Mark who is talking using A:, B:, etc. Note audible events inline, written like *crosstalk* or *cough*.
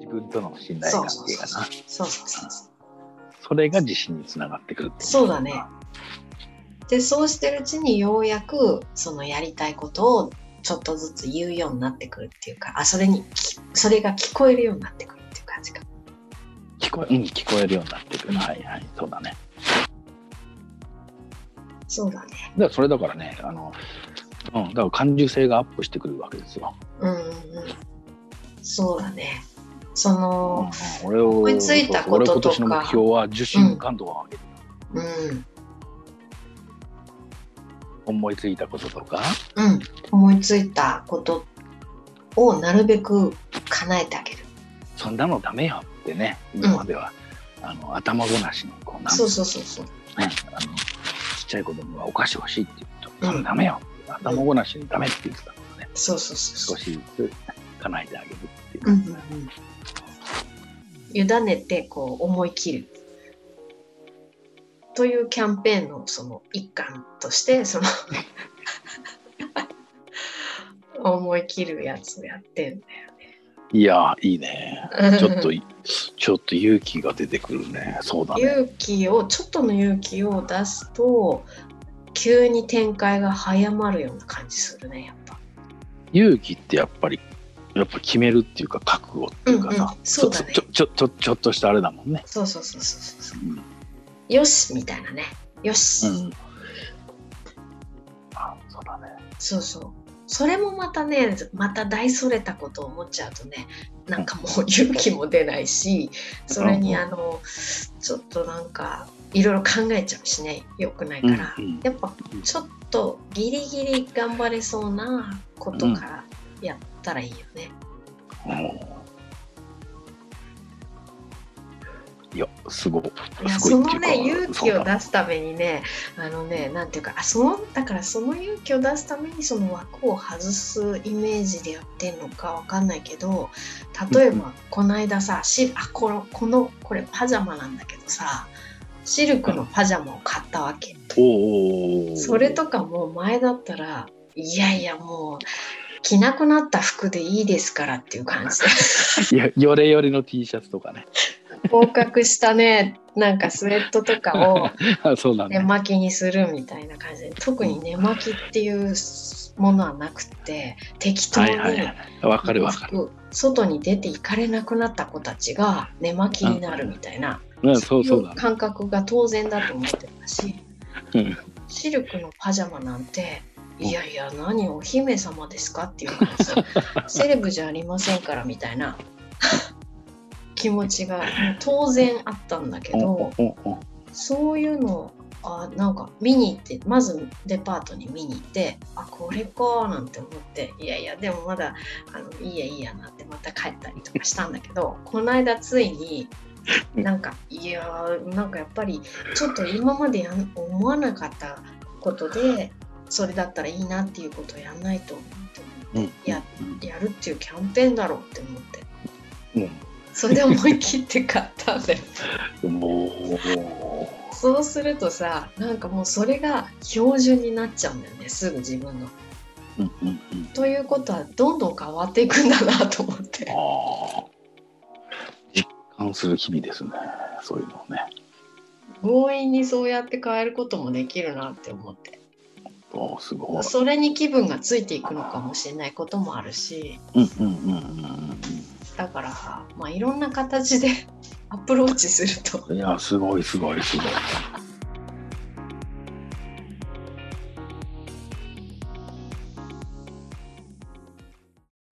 A: 自分との信頼
B: そ
A: 関
B: うそ
A: 係がな。
B: うそうそうそうそうそうそう
A: それが自信につながってくるってこと
B: そうだねでそうしてるうちにようやくそのやりたいことをちょっとずつ言うようになってくるっていうかあそれにきそれが聞こえるようになってくるっていう感じか
A: 聞こえ、うん、聞こえるようになってくる。はいはい、そうだね。
B: そうだね
A: だからそれだからね、あの、うん、だから感受性がアップしてくるわけですよ。
B: うんうんうんそうだねその
A: うん俺を
B: 思いついたこととか
A: そうそう俺今年の目標は受信感度を上げる、
B: うん
A: 思いついたこととか、
B: うん思いついたことをなるべく叶えてあげる
A: そんなのダメよってね、今までは、あの頭ごなしのこうなんてい
B: そう
A: う
B: そうそうそう
A: のね、あのちっちゃい子供がお菓子欲しいって言うと、
B: うん
A: それダメよ、頭ごなしにダメって言ってたからね、
B: そうそうそうそ
A: 少
B: う
A: しずつ叶えてあげるっていう。
B: うんうんうん委ねてこう思い切るというキャンペーンのその一環とし
A: *laughs*
B: てその思い切るやつをやってん
A: いやーいいね。
B: だよね
A: ちょっとい、ちょっと勇気が出てくるね。そうだね。
B: 勇気をちょっとの勇気を出すと急に展開が早まるような感じするねやっぱ。
A: 勇気ってやっぱり、やっぱ決めるっていうか、覚悟っていうかさ、
B: うんうんそうだね
A: ちょちょちょちょっとしたあれだもんね。
B: そうそうそうそうそうそう
A: うん
B: よしみたいなねよし、
A: うん。あ、そうだね。
B: そうそうそれもまたねまた大それたことを思っちゃうとねなんかもう勇気も出ないしそれに
A: うん
B: あのちょっとなんかいろいろ考えちゃうしねよくないから、
A: うんうん
B: やっぱちょっとギリギリ頑張れそうなことからやったらいいよね。
A: うんいや、すごい。
B: いや
A: す
B: そ
A: ごいっていう
B: の
A: か。
B: ね勇気
A: そう
B: を
A: だ
B: 出すためにねあのねなんていうかあそのだからその勇気を出すためにその枠を外すイメージでやってんのかわかんないけど例え
A: うんう
B: ばこの間さシあこのこのこれパジャマなんだけどさシルクのパジャマを買ったわけ、
A: おーおー。
B: それとかもう前だったらいやいやもう着なくなった服でいいですからっていう感
A: *laughs*
B: じ
A: よ
B: で
A: よれよれの T シャツとかね。 *laughs*
B: 合格したねなんかスウェットとかを。
A: あそうだ
B: 寝
A: ね。
B: 巻きにするみたいな感じで特に寝巻きっていうものはなくて適当
A: は
B: に
A: いはいはい。わかるわかる。
B: 外に出て行かれなくなった子たちが寝巻きになるみたいな、
A: うん、そうそうだね。
B: 感覚が当然だと思ってたし、
A: うん
B: シルクのパジャマなんていやいや何お姫様ですかっていう感じ
A: *laughs*
B: セレブじゃありませんからみたいな気持ちがもう当然あったんだけ
A: お
B: ど。
A: おおお
B: そういうのをあなんか見に行ってまずデパートに見に行ってあこれかなんて思っていやいやでもまだあのいいやいいやなってまた帰ったりとかしたんだけどこの間ついになんかいやーなんかやっぱりちょっと今までやん思わなかったことでそれだったらいいなっていうことをやんないと
A: うんうん
B: ややるっていうキャンペーンだろうって思って
A: う
B: それで思い切って買ったんだよ
A: ん。もう。
B: そうするとさなんかもうそれが標準になっちゃうんだよねすぐ自分の。
A: うんうんうん。
B: ということはどんどん変わっていくんだなと思って
A: ああ。実感する日々ですね。そういうのをね。
B: 強引にそうやって変えることもできるなって思って
A: おーすごい。
B: それに気分がついていくのかもしれないこともあるし
A: うんうんうんうん
B: だからまあいろんな形で *laughs* アプローチすると
A: うん。いや、すごいすごいすごい。